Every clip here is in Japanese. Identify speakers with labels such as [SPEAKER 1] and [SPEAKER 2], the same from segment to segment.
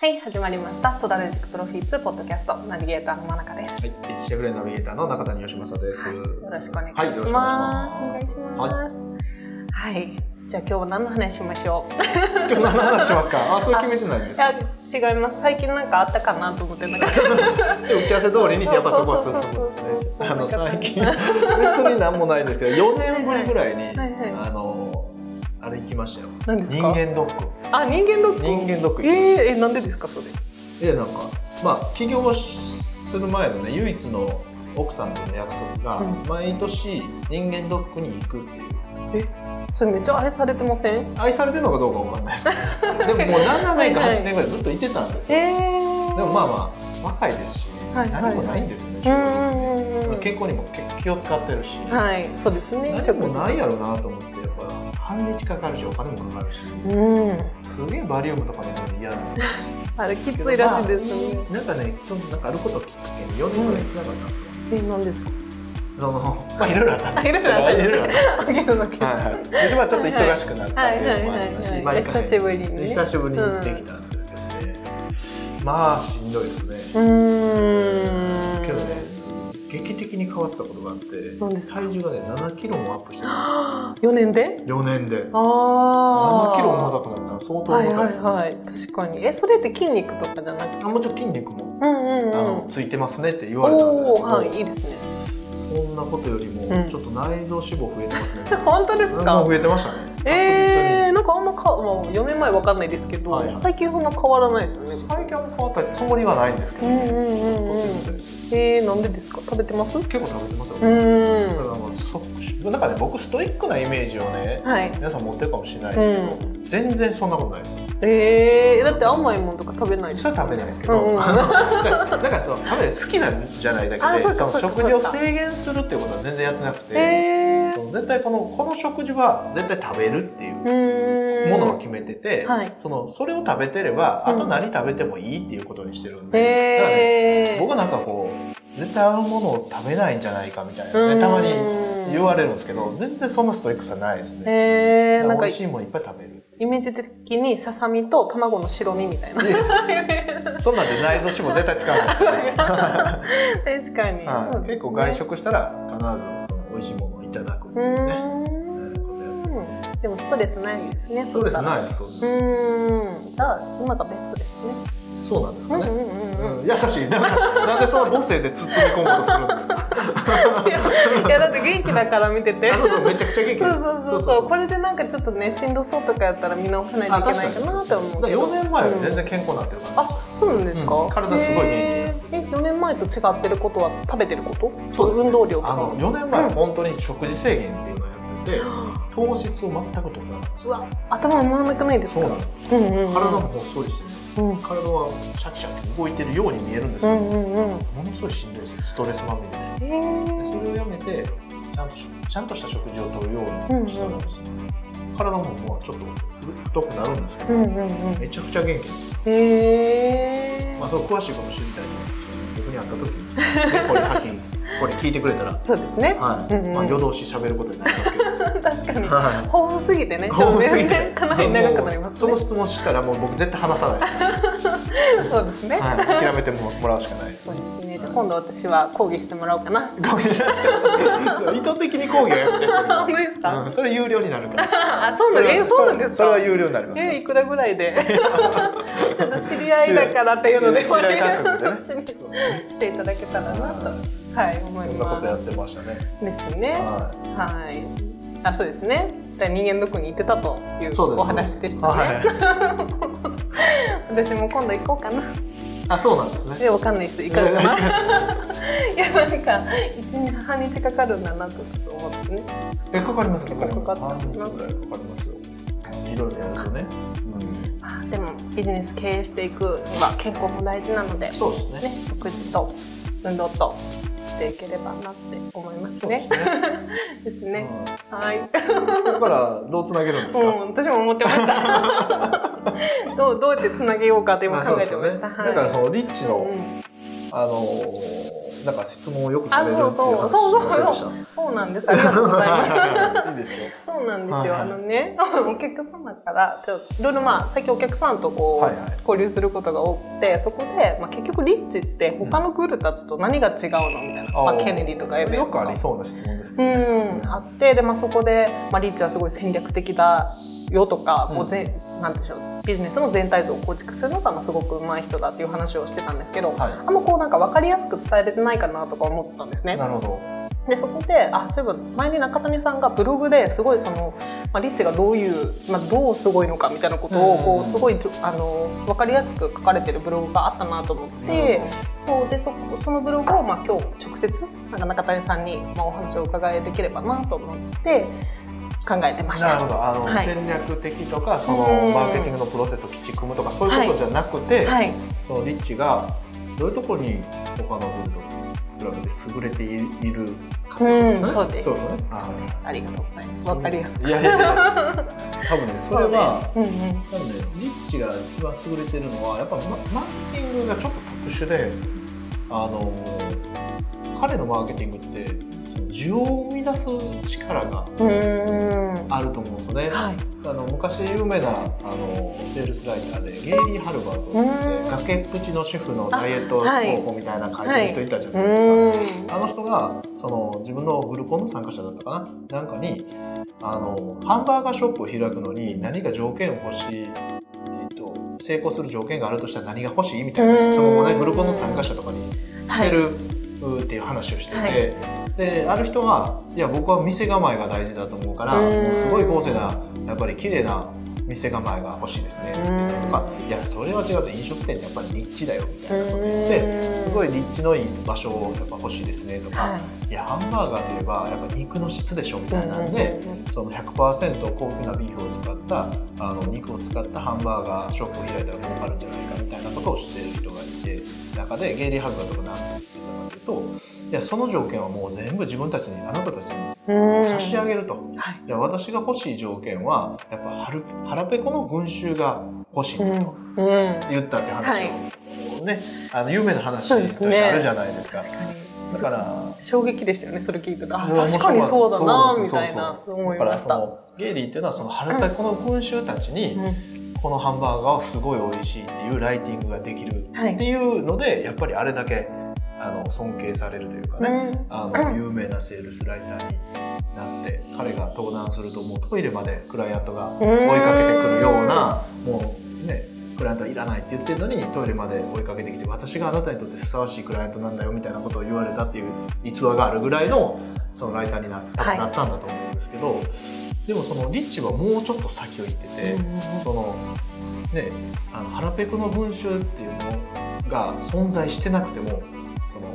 [SPEAKER 1] はい、始まりました。戸田レンジックプロフィッツポッドキャストナビゲーターの真中です。
[SPEAKER 2] はい、エッジシェフレンナビゲーターの中谷義正です。
[SPEAKER 1] はいよろしくお願いし
[SPEAKER 2] はい、よろしくお
[SPEAKER 1] ま
[SPEAKER 2] 願い
[SPEAKER 1] す。
[SPEAKER 2] し
[SPEAKER 1] お
[SPEAKER 2] ます。
[SPEAKER 1] 願いします。はい、じゃあ今日は何の話しましょう。
[SPEAKER 2] はい、今日何の話しますか。あ、そう決めてないんですか。
[SPEAKER 1] いや違います。最近なんかあったかなと思ってなか った。
[SPEAKER 2] で打ち合わせ通りにやっぱそこは進むんです
[SPEAKER 1] そうそうそうそう
[SPEAKER 2] ね。あの最近別に何もないんですけど、4年ぶりぐらいに
[SPEAKER 1] はいはい
[SPEAKER 2] あのあれ行きましたよ。
[SPEAKER 1] 何です
[SPEAKER 2] 人
[SPEAKER 1] か。
[SPEAKER 2] 間ドック。
[SPEAKER 1] あ、人間ドック。
[SPEAKER 2] 人間ドック
[SPEAKER 1] え
[SPEAKER 2] 行きまし
[SPEAKER 1] ー、え、なんでですかそれ。
[SPEAKER 2] た。でなんかまあ起業する前のね唯一の奥さんとの約束が
[SPEAKER 1] うん
[SPEAKER 2] 毎年人間ドックに行くっていう。
[SPEAKER 1] それめっちゃ愛されてません。
[SPEAKER 2] 愛されてるのかどうかわかんないですけど でももう7年か8年ぐらいずっといてたんです
[SPEAKER 1] え
[SPEAKER 2] よ、
[SPEAKER 1] ー。
[SPEAKER 2] でもまあまあ若いですし、
[SPEAKER 1] はいはい
[SPEAKER 2] 何もないんですよね、
[SPEAKER 1] う
[SPEAKER 2] 正直
[SPEAKER 1] んうんうんうん。
[SPEAKER 2] 健康にも結気を使ってるし、
[SPEAKER 1] はい、そうですね。
[SPEAKER 2] 何もないやろなと思ってやっぱ半日かかるしお金もかかるし
[SPEAKER 1] うん。
[SPEAKER 2] すげえバリウムとかにも嫌なんで
[SPEAKER 1] あれき
[SPEAKER 2] すけど
[SPEAKER 1] ついらしいですね。
[SPEAKER 2] まあなんかねそのなんかあることをきっかけに4年ぐらい行ってなかったんですよ、
[SPEAKER 1] え、なんですか。
[SPEAKER 2] そのまあいろいろあったんで す
[SPEAKER 1] いろいろあったんです
[SPEAKER 2] いろいろあった
[SPEAKER 1] あげるだけ。
[SPEAKER 2] はいはい、でまあちょっと忙しくなったっていうのもありま
[SPEAKER 1] はいはいはいはい
[SPEAKER 2] しまあいいかね
[SPEAKER 1] 久しぶりにね
[SPEAKER 2] 久しぶりに行ってきたんですけどね、まあしんどいですね、
[SPEAKER 1] うーん。
[SPEAKER 2] けどね劇的に変わったことがあって
[SPEAKER 1] 何ですか
[SPEAKER 2] 体重がね7キロもアップしてま
[SPEAKER 1] 四年です
[SPEAKER 2] 4年で
[SPEAKER 1] ああ
[SPEAKER 2] 7キロ重たくなったら相当
[SPEAKER 1] はい
[SPEAKER 2] 重たい
[SPEAKER 1] はい
[SPEAKER 2] です、
[SPEAKER 1] はい確かにえそれって筋肉とかじゃなくて
[SPEAKER 2] あもちろん筋肉も、
[SPEAKER 1] うんうんうん
[SPEAKER 2] あのついてますねって言われたんです
[SPEAKER 1] お
[SPEAKER 2] け
[SPEAKER 1] お
[SPEAKER 2] ど、
[SPEAKER 1] はいいいですね
[SPEAKER 2] そんなことよりも
[SPEAKER 1] うん
[SPEAKER 2] ちょっと内臓脂肪増えて ますね、
[SPEAKER 1] 本当です
[SPEAKER 2] も
[SPEAKER 1] か
[SPEAKER 2] う増えてましたね
[SPEAKER 1] え
[SPEAKER 2] 確実に
[SPEAKER 1] ー、なんかあんまか、まあ、4年前わかんないですけど、
[SPEAKER 2] はいはい
[SPEAKER 1] 最近そんな変わらないですよね
[SPEAKER 2] 最近は変わったつもりはないんですけ
[SPEAKER 1] う
[SPEAKER 2] ど、
[SPEAKER 1] んう
[SPEAKER 2] ち
[SPEAKER 1] ん
[SPEAKER 2] ょっ
[SPEAKER 1] う
[SPEAKER 2] と
[SPEAKER 1] んう
[SPEAKER 2] 太って
[SPEAKER 1] ん
[SPEAKER 2] みたいです
[SPEAKER 1] えー、なんでですか食べてますう
[SPEAKER 2] 結構食べてますよ、
[SPEAKER 1] ー
[SPEAKER 2] だか
[SPEAKER 1] ん
[SPEAKER 2] らまあそなんかね僕ストイックなイメージをね
[SPEAKER 1] はい
[SPEAKER 2] 皆さん持ってるかもしれないですけど、全然そんなことないです
[SPEAKER 1] えー、だって甘いものとか食べないです
[SPEAKER 2] それは食べ ないですけど、
[SPEAKER 1] うんうん
[SPEAKER 2] だからだからその食べない好きなんじゃないだ
[SPEAKER 1] あそう
[SPEAKER 2] け
[SPEAKER 1] か
[SPEAKER 2] でその
[SPEAKER 1] そうか
[SPEAKER 2] 食事を制限するっていうことは全然やってなくて、
[SPEAKER 1] え
[SPEAKER 2] その絶対このこの食事は絶対食べるっていう
[SPEAKER 1] ー、うーん
[SPEAKER 2] ものを決めてて、
[SPEAKER 1] はい
[SPEAKER 2] そのそれを食べてれば
[SPEAKER 1] うん
[SPEAKER 2] あと何食べてもいいっていうことにしてるんで、だからね
[SPEAKER 1] えー、
[SPEAKER 2] 僕なんかこう絶対あのものを食べないんじゃないかみたいなねたまに
[SPEAKER 1] うん
[SPEAKER 2] 言われるんですけど全然そんなストイックさないですね。
[SPEAKER 1] えー、なんか
[SPEAKER 2] 美味しいもんいっぱい食べる。
[SPEAKER 1] イメージ的にささみと卵の白身みたいな
[SPEAKER 2] そんなんで内臓脂肪絶対使わないですね
[SPEAKER 1] 確かに、
[SPEAKER 2] は
[SPEAKER 1] そうですね
[SPEAKER 2] い。結構外食したら必ずその美味しいものをいただくって
[SPEAKER 1] う
[SPEAKER 2] いうね。
[SPEAKER 1] ーん
[SPEAKER 2] ことやってます
[SPEAKER 1] でもストレスないですね
[SPEAKER 2] そうです
[SPEAKER 1] したら
[SPEAKER 2] ないですそうで
[SPEAKER 1] う
[SPEAKER 2] す
[SPEAKER 1] ーんじゃあ今がベストですね
[SPEAKER 2] そうなんです
[SPEAKER 1] う
[SPEAKER 2] か
[SPEAKER 1] んう
[SPEAKER 2] ね。
[SPEAKER 1] んうんうん
[SPEAKER 2] うん優しいなんかなんでそんな母性で包み込もうとするんですか。
[SPEAKER 1] いやいやだって元気だから見てて
[SPEAKER 2] あ
[SPEAKER 1] そう
[SPEAKER 2] そうそうめちゃくちゃ元気。
[SPEAKER 1] そうそうそうこれでなんかちょっとねしんどそうとかやったら見直さないと
[SPEAKER 2] あ
[SPEAKER 1] いけ
[SPEAKER 2] 確
[SPEAKER 1] な
[SPEAKER 2] か
[SPEAKER 1] い
[SPEAKER 2] に。
[SPEAKER 1] かなとは思うけど
[SPEAKER 2] 4年前より全然健康になってるから。
[SPEAKER 1] あそうなんですか、
[SPEAKER 2] うん体すごい元
[SPEAKER 1] へ
[SPEAKER 2] 気
[SPEAKER 1] ーえ4年前と違ってることは食べてること
[SPEAKER 2] そうですね
[SPEAKER 1] 運動量と
[SPEAKER 2] あの
[SPEAKER 1] か
[SPEAKER 2] 4年前は本当に食事制限っていうのをやってて糖質を全く取らなかったんです
[SPEAKER 1] うわ頭回らなくないですか
[SPEAKER 2] そうなんです
[SPEAKER 1] うんうんうん、
[SPEAKER 2] 体もほっそりしてる
[SPEAKER 1] うん
[SPEAKER 2] 体はシャキシャキ動いてるように見えるんですけ
[SPEAKER 1] う
[SPEAKER 2] ど、
[SPEAKER 1] んうんうん
[SPEAKER 2] ものすごいしんどいですストレスまみれで
[SPEAKER 1] へ
[SPEAKER 2] でそ
[SPEAKER 1] ー
[SPEAKER 2] れをやめてちゃんとしちゃんとした食事をとるようにしたんですよ、体ももうちょっと太くなるんですけ
[SPEAKER 1] う
[SPEAKER 2] ど、
[SPEAKER 1] んうんうん
[SPEAKER 2] めちゃくちゃ元気です、
[SPEAKER 1] へえ
[SPEAKER 2] まあ、そう詳しいこと知りたいと思うんですけど僕に会った時に、ね、これ課金 これ聞いてくれたら、
[SPEAKER 1] そうですね、
[SPEAKER 2] はい
[SPEAKER 1] うんうん
[SPEAKER 2] まあ、夜通し喋ることになりますけ ど、
[SPEAKER 1] 確かに
[SPEAKER 2] はい
[SPEAKER 1] 豊富すぎてねちょっとねかなり長くなります
[SPEAKER 2] も
[SPEAKER 1] ね
[SPEAKER 2] うその質問したらもう僕絶対話さないです、
[SPEAKER 1] そうですね、
[SPEAKER 2] はい、諦めてももらうしかないです
[SPEAKER 1] そうですねじゃあ今度私は講義してもらおうかな
[SPEAKER 2] ごめんなさいちょっとそう意図的に講義をやめてる
[SPEAKER 1] 本当ですか
[SPEAKER 2] うんそれ有料になるから
[SPEAKER 1] あそうなんえそうなんですか
[SPEAKER 2] それは有料になります
[SPEAKER 1] えいくらぐらい でちょっと知り合いだからっていうので
[SPEAKER 2] 知り合い 感覚でね
[SPEAKER 1] 来ていただけたらなと
[SPEAKER 2] は
[SPEAKER 1] はい思
[SPEAKER 2] こ
[SPEAKER 1] い
[SPEAKER 2] んなことや
[SPEAKER 1] ま
[SPEAKER 2] ってましたね、
[SPEAKER 1] すですね
[SPEAKER 2] は
[SPEAKER 1] はいあそうですねだから人間ドックに行ってたという
[SPEAKER 2] い、そうです
[SPEAKER 1] お話でしたね、
[SPEAKER 2] はい、
[SPEAKER 1] 私も今度行こうかな
[SPEAKER 2] あそうなんですね
[SPEAKER 1] でわかんないですいかがかないやなんか一日半日かかるんだなとちょっと思ってね
[SPEAKER 2] えかかります
[SPEAKER 1] 結構かかってます
[SPEAKER 2] 半日ぐらいかかりますよいろいろやるとね、うん
[SPEAKER 1] あでもビジネス経営していくには健康も大事なので、
[SPEAKER 2] そうですね
[SPEAKER 1] ね、食事と運動としていければなって思います
[SPEAKER 2] そうで
[SPEAKER 1] ね
[SPEAKER 2] すね
[SPEAKER 1] ですね
[SPEAKER 2] うん
[SPEAKER 1] はい
[SPEAKER 2] ここからどうつなげるんです
[SPEAKER 1] う
[SPEAKER 2] か、
[SPEAKER 1] ん私も思ってました どうどうやってつなげようかって今
[SPEAKER 2] まあそ
[SPEAKER 1] 考
[SPEAKER 2] う
[SPEAKER 1] え
[SPEAKER 2] で
[SPEAKER 1] て
[SPEAKER 2] す
[SPEAKER 1] ま
[SPEAKER 2] ね
[SPEAKER 1] した、
[SPEAKER 2] だからそのリッチの、
[SPEAKER 1] うんうん
[SPEAKER 2] あのーなんか質問をよくさ
[SPEAKER 1] あ
[SPEAKER 2] れるってい
[SPEAKER 1] そううそう
[SPEAKER 2] 話
[SPEAKER 1] そう
[SPEAKER 2] をし
[SPEAKER 1] そう
[SPEAKER 2] ませ
[SPEAKER 1] そ
[SPEAKER 2] ん
[SPEAKER 1] う
[SPEAKER 2] でし
[SPEAKER 1] そうなんですありがとうございます
[SPEAKER 2] たいいですよ
[SPEAKER 1] そうなんですよ、
[SPEAKER 2] はいはい
[SPEAKER 1] あのね お客様からちょいろいろまあ最近お客さんとこう、
[SPEAKER 2] はいはい
[SPEAKER 1] 交流することが多くてそこで、まあ、結局リッチって他のクールたちと何が違うのみたいな、
[SPEAKER 2] あー
[SPEAKER 1] まあ、ケネディとかエベ
[SPEAKER 2] よ
[SPEAKER 1] と
[SPEAKER 2] くあ
[SPEAKER 1] か
[SPEAKER 2] りそうな質問ですけ
[SPEAKER 1] う
[SPEAKER 2] どね
[SPEAKER 1] んあってで、まあ、そこで、まあ、リッチはすごい戦略的だよとか、こうぜん、なんて言うんでしょうビジネスの全体像を構築するのがまあすごく上手い人だっていう話をしてたんですけど、
[SPEAKER 2] はい
[SPEAKER 1] あんまこうなんか分かりやすく伝えれてないかなとか思ったんですね。
[SPEAKER 2] なるほど
[SPEAKER 1] でそこであそういえば前に中谷さんがブログですごいその、まあ、リッチがどういう、まあ、どうすごいのかみたいなことを
[SPEAKER 2] うん
[SPEAKER 1] こうすごいじょあの分かりやすく書かれてるブログがあったなと思って
[SPEAKER 2] なる
[SPEAKER 1] そうでそそのブログを、まあ、今日直接なんか中谷さんに、まあ、お話をお伺いできればなと思って考えてまし
[SPEAKER 2] なる
[SPEAKER 1] た。
[SPEAKER 2] ほどあの、
[SPEAKER 1] はい
[SPEAKER 2] 戦略的とかその
[SPEAKER 1] うん
[SPEAKER 2] マーケティングのプロセスをきっちり組むとかそういうことじゃなくて、
[SPEAKER 1] はい、
[SPEAKER 2] そのリッチがどういうところに他の分と比べて優れているかっていう
[SPEAKER 1] うん
[SPEAKER 2] こと
[SPEAKER 1] そう
[SPEAKER 2] で
[SPEAKER 1] ですすそ
[SPEAKER 2] ね。そうですね。
[SPEAKER 1] うですありがとうございます。
[SPEAKER 2] あー
[SPEAKER 1] わかりやすく。
[SPEAKER 2] いやいやいや。多分ねそれは。
[SPEAKER 1] そうですうんうん
[SPEAKER 2] 多分ねリッチが一番優れてるのはやっぱママーケティングがちょっと特殊で、あの彼のマーケティングってその需要を生み出す力が
[SPEAKER 1] うーん
[SPEAKER 2] あると思うんですよね。
[SPEAKER 1] はい
[SPEAKER 2] あの昔有名なあのセールスライターでゲイリー・ハルバートっ
[SPEAKER 1] う
[SPEAKER 2] て
[SPEAKER 1] ん
[SPEAKER 2] 崖っぷちの主婦のダイエット方法みたいなの書いてる人いたじゃ
[SPEAKER 1] う
[SPEAKER 2] ないですか、
[SPEAKER 1] ーん
[SPEAKER 2] あの人がその自分のグルコンの参加者だったかななんかにあのハンバーガーショップを開くのに何が条件を欲しい、えっと、成功する条件があるとしたら何が欲しいみたいな質問をね
[SPEAKER 1] うん
[SPEAKER 2] グルコンの参加者とかにし
[SPEAKER 1] は
[SPEAKER 2] て
[SPEAKER 1] い
[SPEAKER 2] るっていう話をしてて、
[SPEAKER 1] は
[SPEAKER 2] である人はいや僕は店構えが大事だと思うから
[SPEAKER 1] うん
[SPEAKER 2] もうすごい豪勢なやっぱり綺麗な店構えが欲しいですねとかいやそれは違うと飲食店ってやっぱり立地だよみたいなこと言ってすご
[SPEAKER 1] い
[SPEAKER 2] い立地のいい場所をやっぱ欲しいですねとか、、
[SPEAKER 1] はい
[SPEAKER 2] やハンバーガーといえばやっぱ肉の質でしょみたいなんで。
[SPEAKER 1] うんうんうん
[SPEAKER 2] その100%高級なビーフを使ったあの肉を使ったハンバーガーショップを開いたら儲かるんじゃないかみたいなことをしてる人がいて中でゲイリー・ハルバートが何て言ってたかというといやその条件はもう全部自分たちにあなたたちに
[SPEAKER 1] うん
[SPEAKER 2] 差し上げると、
[SPEAKER 1] はい
[SPEAKER 2] いや私が欲しい条件はやっぱハル腹ペコの群衆が欲しいん
[SPEAKER 1] うん
[SPEAKER 2] だと
[SPEAKER 1] うん
[SPEAKER 2] 言ったって話を、ねあの有名な話
[SPEAKER 1] そ
[SPEAKER 2] と
[SPEAKER 1] うですね
[SPEAKER 2] してあるじゃないですか。だから
[SPEAKER 1] 衝撃でしたよねそれ聞いてたあ
[SPEAKER 2] うん
[SPEAKER 1] 確かにそうだな
[SPEAKER 2] 面
[SPEAKER 1] み
[SPEAKER 2] 白かった
[SPEAKER 1] いな
[SPEAKER 2] そうそうそう
[SPEAKER 1] 思いました
[SPEAKER 2] だからそのゲイリーっていうのはその腹ペコの群衆たちに、
[SPEAKER 1] うん
[SPEAKER 2] このハンバーガーはすごい美味しいっていうライティングができる
[SPEAKER 1] は
[SPEAKER 2] っていうのでやっぱりあれだけあの尊敬されるというかね、
[SPEAKER 1] うん
[SPEAKER 2] あ
[SPEAKER 1] う
[SPEAKER 2] の
[SPEAKER 1] ん
[SPEAKER 2] 有名なセールスライターになって彼が登壇するともうトイレまでクライアントが追いかけてくるようなもうねクライアントはいらないって言ってるのにトイレまで追いかけてきて私があなたにとってふさわしいクライアントなんだよみたいなことを言われたっていう逸話があるぐらいのそのライターになった,、
[SPEAKER 1] はい
[SPEAKER 2] なったんだと思うんですけどでもそのリッチはもうちょっと先を行ってて。そのねあの腹ペコの群衆っていうのが存在してなくてもその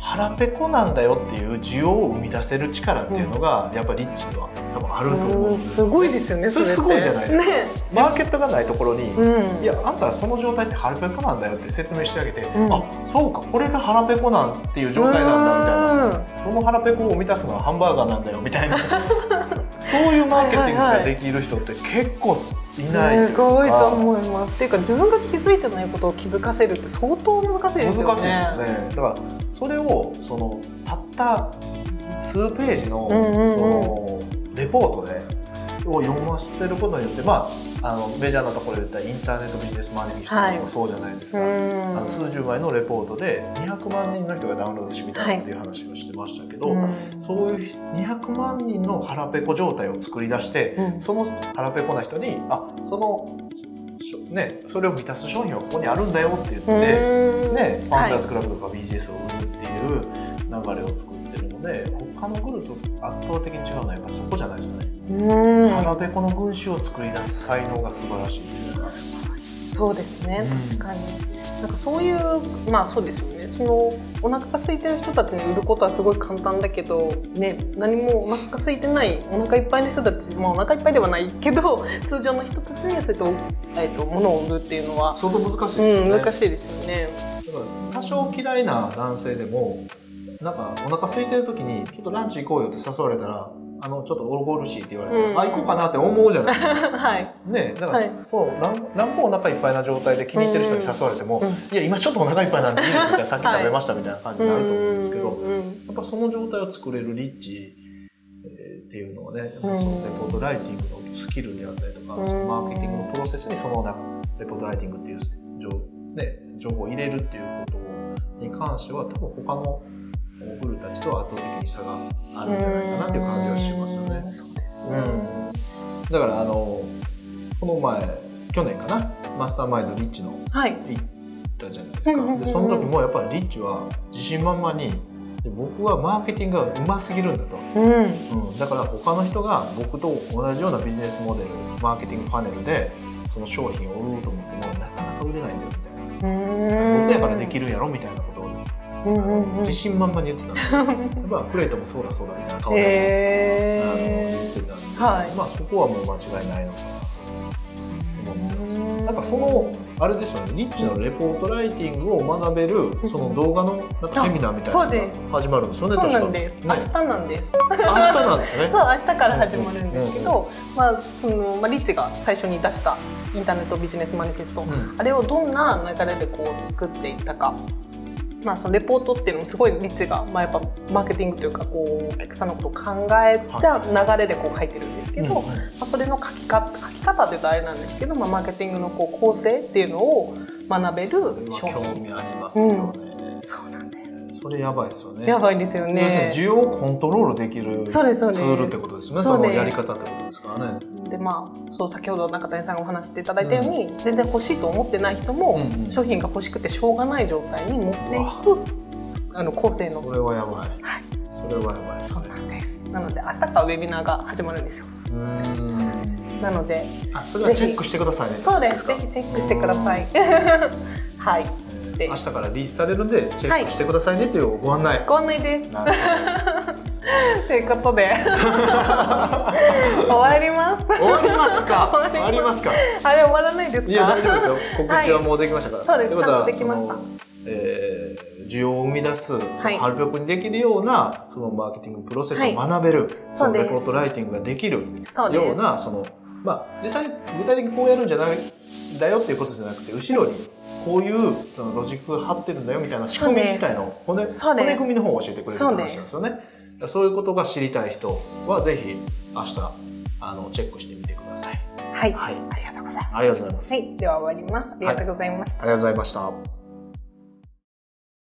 [SPEAKER 2] 腹ペコなんだよっていう需要を生み出せる力っていうのが、やっぱりリッチには多分あると思うん
[SPEAKER 1] うんすごいですよね
[SPEAKER 2] それ
[SPEAKER 1] って
[SPEAKER 2] すごいじゃないですか
[SPEAKER 1] ね
[SPEAKER 2] マーケットがないところに、
[SPEAKER 1] うん
[SPEAKER 2] いやあんたはその状態って腹ペコなんだよって説明してあげて、
[SPEAKER 1] ん
[SPEAKER 2] あそうかこれが腹ペコなんっていう状態なんだみたいな。
[SPEAKER 1] うん
[SPEAKER 2] その腹ペコを満たすのはハンバーガーなんだよみた いなそういうマーケティングができる人って結構いない
[SPEAKER 1] すごいと
[SPEAKER 2] う
[SPEAKER 1] 思いますっていうか自分が気づいてないことを気づかせるって相当難しいで
[SPEAKER 2] 難し
[SPEAKER 1] す
[SPEAKER 2] いです
[SPEAKER 1] よね
[SPEAKER 2] よねだからそれをそのたった数ページの,、
[SPEAKER 1] うんうんうん
[SPEAKER 2] そのレポートでを読ませることによってまああのメジャーなところで言ったらインターネットビジネスマネージャーとかもそうじゃないですか、あの数十枚のレポートで200万人の人がダウンロードしてみたっていう話をしてましたけど、
[SPEAKER 1] うん
[SPEAKER 2] そういう200万人の腹ペコ状態を作り出して、
[SPEAKER 1] うん
[SPEAKER 2] その腹ペコな人にあそのしょねそれを満たす商品はここにあるんだよって言って、
[SPEAKER 1] うん
[SPEAKER 2] ねファウンダーズ
[SPEAKER 1] は
[SPEAKER 2] クラブとか BGS を売るっていう流れを作ってるので他のグルと圧倒的に違うのはやっぱそこじゃないですかね、
[SPEAKER 1] いうん
[SPEAKER 2] 腹ペコの群衆を作り出す才能が素晴らしいというか
[SPEAKER 1] そうですね、
[SPEAKER 2] うん
[SPEAKER 1] 確かに。なんかそういう、まあそうですよね。そのお腹が空いてる人たちに売ることはすごい簡単だけど、ね、何もお腹が空いてない、お腹いっぱいの人たち、まあお腹いっぱいではないけど、 通常の人たちにそういった、えっと、ものを売るっていうのは、
[SPEAKER 2] 相当難しいです
[SPEAKER 1] う
[SPEAKER 2] よね、
[SPEAKER 1] ん、難しいですよね。
[SPEAKER 2] だから多少嫌いな男性でもなんかお腹空いてる時にちょっとランチ行こうよって誘われたらあのちょっとおごるしって言われて、
[SPEAKER 1] うん
[SPEAKER 2] あ行こうかなって思うじゃないですか
[SPEAKER 1] はい。
[SPEAKER 2] ねだから、
[SPEAKER 1] はい
[SPEAKER 2] そうなんなんもお腹いっぱいな状態で気に入ってる人に誘われても、
[SPEAKER 1] うん
[SPEAKER 2] いや今ちょっとお腹いっぱいなんでいいですみたいなさっき食べましたみたいな感じになると思うんですけど、
[SPEAKER 1] うんうん
[SPEAKER 2] やっぱその状態を作れるリッチ、えーっていうのはね、やっぱそのレポートライティングのスキルであったりとか、
[SPEAKER 1] うん
[SPEAKER 2] そのマーケティングのプロセスにその中、レポートライティングっていう情,、ね、情報を入れるっていうことに関しては、多分他のフルたちとは圧倒的に差があるんじゃないかなっていう感じはしますよね。
[SPEAKER 1] うんそうです
[SPEAKER 2] う
[SPEAKER 1] ね。
[SPEAKER 2] ん、だからあのこの前去年かなマスターマインドリッチの
[SPEAKER 1] はい。
[SPEAKER 2] 行ったじゃないです
[SPEAKER 1] うんうんうんう
[SPEAKER 2] か
[SPEAKER 1] ん
[SPEAKER 2] でその時もやっぱりリッチは自信満々にで僕はマーケティングがうますぎるんだと、
[SPEAKER 1] うん。
[SPEAKER 2] うん、だから他の人が僕と同じようなビジネスモデルマーケティングパネルでその商品を売ろうと思ってもなかなか売れないんだよみたいな、僕やからでき
[SPEAKER 1] る。
[SPEAKER 2] るんやろみたいなことを
[SPEAKER 1] うん
[SPEAKER 2] あ
[SPEAKER 1] うん
[SPEAKER 2] の
[SPEAKER 1] うん
[SPEAKER 2] 自。信満々に言ってたんですよ やっぱプレートもそうだそうだみたいな顔で、あの言
[SPEAKER 1] へ
[SPEAKER 2] ってたんで、
[SPEAKER 1] はい
[SPEAKER 2] まあそこはもう間違いないのかなと思ってます
[SPEAKER 1] ー。
[SPEAKER 2] なんかそのあれですよねリッチのレポートライティングを学べるその動画のなんかセミナーみたいな
[SPEAKER 1] そう
[SPEAKER 2] の
[SPEAKER 1] です
[SPEAKER 2] が始まるんですよね
[SPEAKER 1] そうな
[SPEAKER 2] 確か
[SPEAKER 1] んです。明
[SPEAKER 2] ね
[SPEAKER 1] 日なんです。
[SPEAKER 2] 明日なんですね
[SPEAKER 1] そう明日から始まるんですけど、まあそのまあリッチが最初に出したインターネットビジネスマニフェスト、
[SPEAKER 2] ん
[SPEAKER 1] あれをどんな流れでこう作っていったか。まあ、そのレポートっていうのもすごいリッチが、まあ、やっぱマーケティングというかこうお客さんのことを考えた流れでこう書いてるんですけど、
[SPEAKER 2] うんうん
[SPEAKER 1] まあ、それの書きか書き方というとあれなんですけど、まあ、マーケティングのこう構成っていうのを学べる商
[SPEAKER 2] 興
[SPEAKER 1] 品
[SPEAKER 2] 味ありますよね、
[SPEAKER 1] そうなんです
[SPEAKER 2] それやばいですよね
[SPEAKER 1] やばいですよ
[SPEAKER 2] 要する
[SPEAKER 1] ね
[SPEAKER 2] に需要をコントロールできるツ
[SPEAKER 1] そうですそうです
[SPEAKER 2] ールってことですね
[SPEAKER 1] そ
[SPEAKER 2] そう
[SPEAKER 1] です
[SPEAKER 2] のやり方ってことですからね
[SPEAKER 1] でまあ、そう先ほど中谷さんがお話していただいたように、全然欲しいと思ってない人も、
[SPEAKER 2] うんうん
[SPEAKER 1] 商品が欲しくてしょうがない状態に持っていくあの構成の
[SPEAKER 2] これはやばい、
[SPEAKER 1] はい
[SPEAKER 2] それはやばいです
[SPEAKER 1] そう
[SPEAKER 2] ね
[SPEAKER 1] なんですなので明日からウェビナーが始まるんですよ
[SPEAKER 2] うーん
[SPEAKER 1] なので
[SPEAKER 2] あそれはチェックしてくださいね
[SPEAKER 1] そうですぜ
[SPEAKER 2] か
[SPEAKER 1] ひチェックしてください はい
[SPEAKER 2] えー明日からリリースされるんでチェックしてくださいねというご案内、
[SPEAKER 1] ご案内です
[SPEAKER 2] なるほど
[SPEAKER 1] ということで 終わります
[SPEAKER 2] 終わりますか
[SPEAKER 1] 終
[SPEAKER 2] 終
[SPEAKER 1] わ
[SPEAKER 2] わ
[SPEAKER 1] り
[SPEAKER 2] り
[SPEAKER 1] ま
[SPEAKER 2] ますすか
[SPEAKER 1] あれ終わらないですか
[SPEAKER 2] いや大丈夫ですよ告知はもうできましたから、
[SPEAKER 1] そうです
[SPEAKER 2] といことは
[SPEAKER 1] ちゃんとできました
[SPEAKER 2] そのえー需要を生み出すその
[SPEAKER 1] はい
[SPEAKER 2] ハルペコにできるような、そのマーケティングプロセス
[SPEAKER 1] は
[SPEAKER 2] を
[SPEAKER 1] い
[SPEAKER 2] 学べる、そ
[SPEAKER 1] そう
[SPEAKER 2] の
[SPEAKER 1] です
[SPEAKER 2] レポートライティングができる
[SPEAKER 1] そうです
[SPEAKER 2] ようなそのまあ実際に具体的にこうやるんじゃないんだよっていうことじゃなくて後ろにこういうそのロジック張ってるんだよみたいな仕組み自体の骨
[SPEAKER 1] そうです
[SPEAKER 2] 骨組みの方を教えてくれるって話なんですよね。そういうことが知りたい人はぜひ明日あのチェックしてみてください。
[SPEAKER 1] はい、
[SPEAKER 2] はい
[SPEAKER 1] ありがとうございます
[SPEAKER 2] ありがとうございます。
[SPEAKER 1] はいでは終わりますありがとうございました、
[SPEAKER 2] ありがとうございました。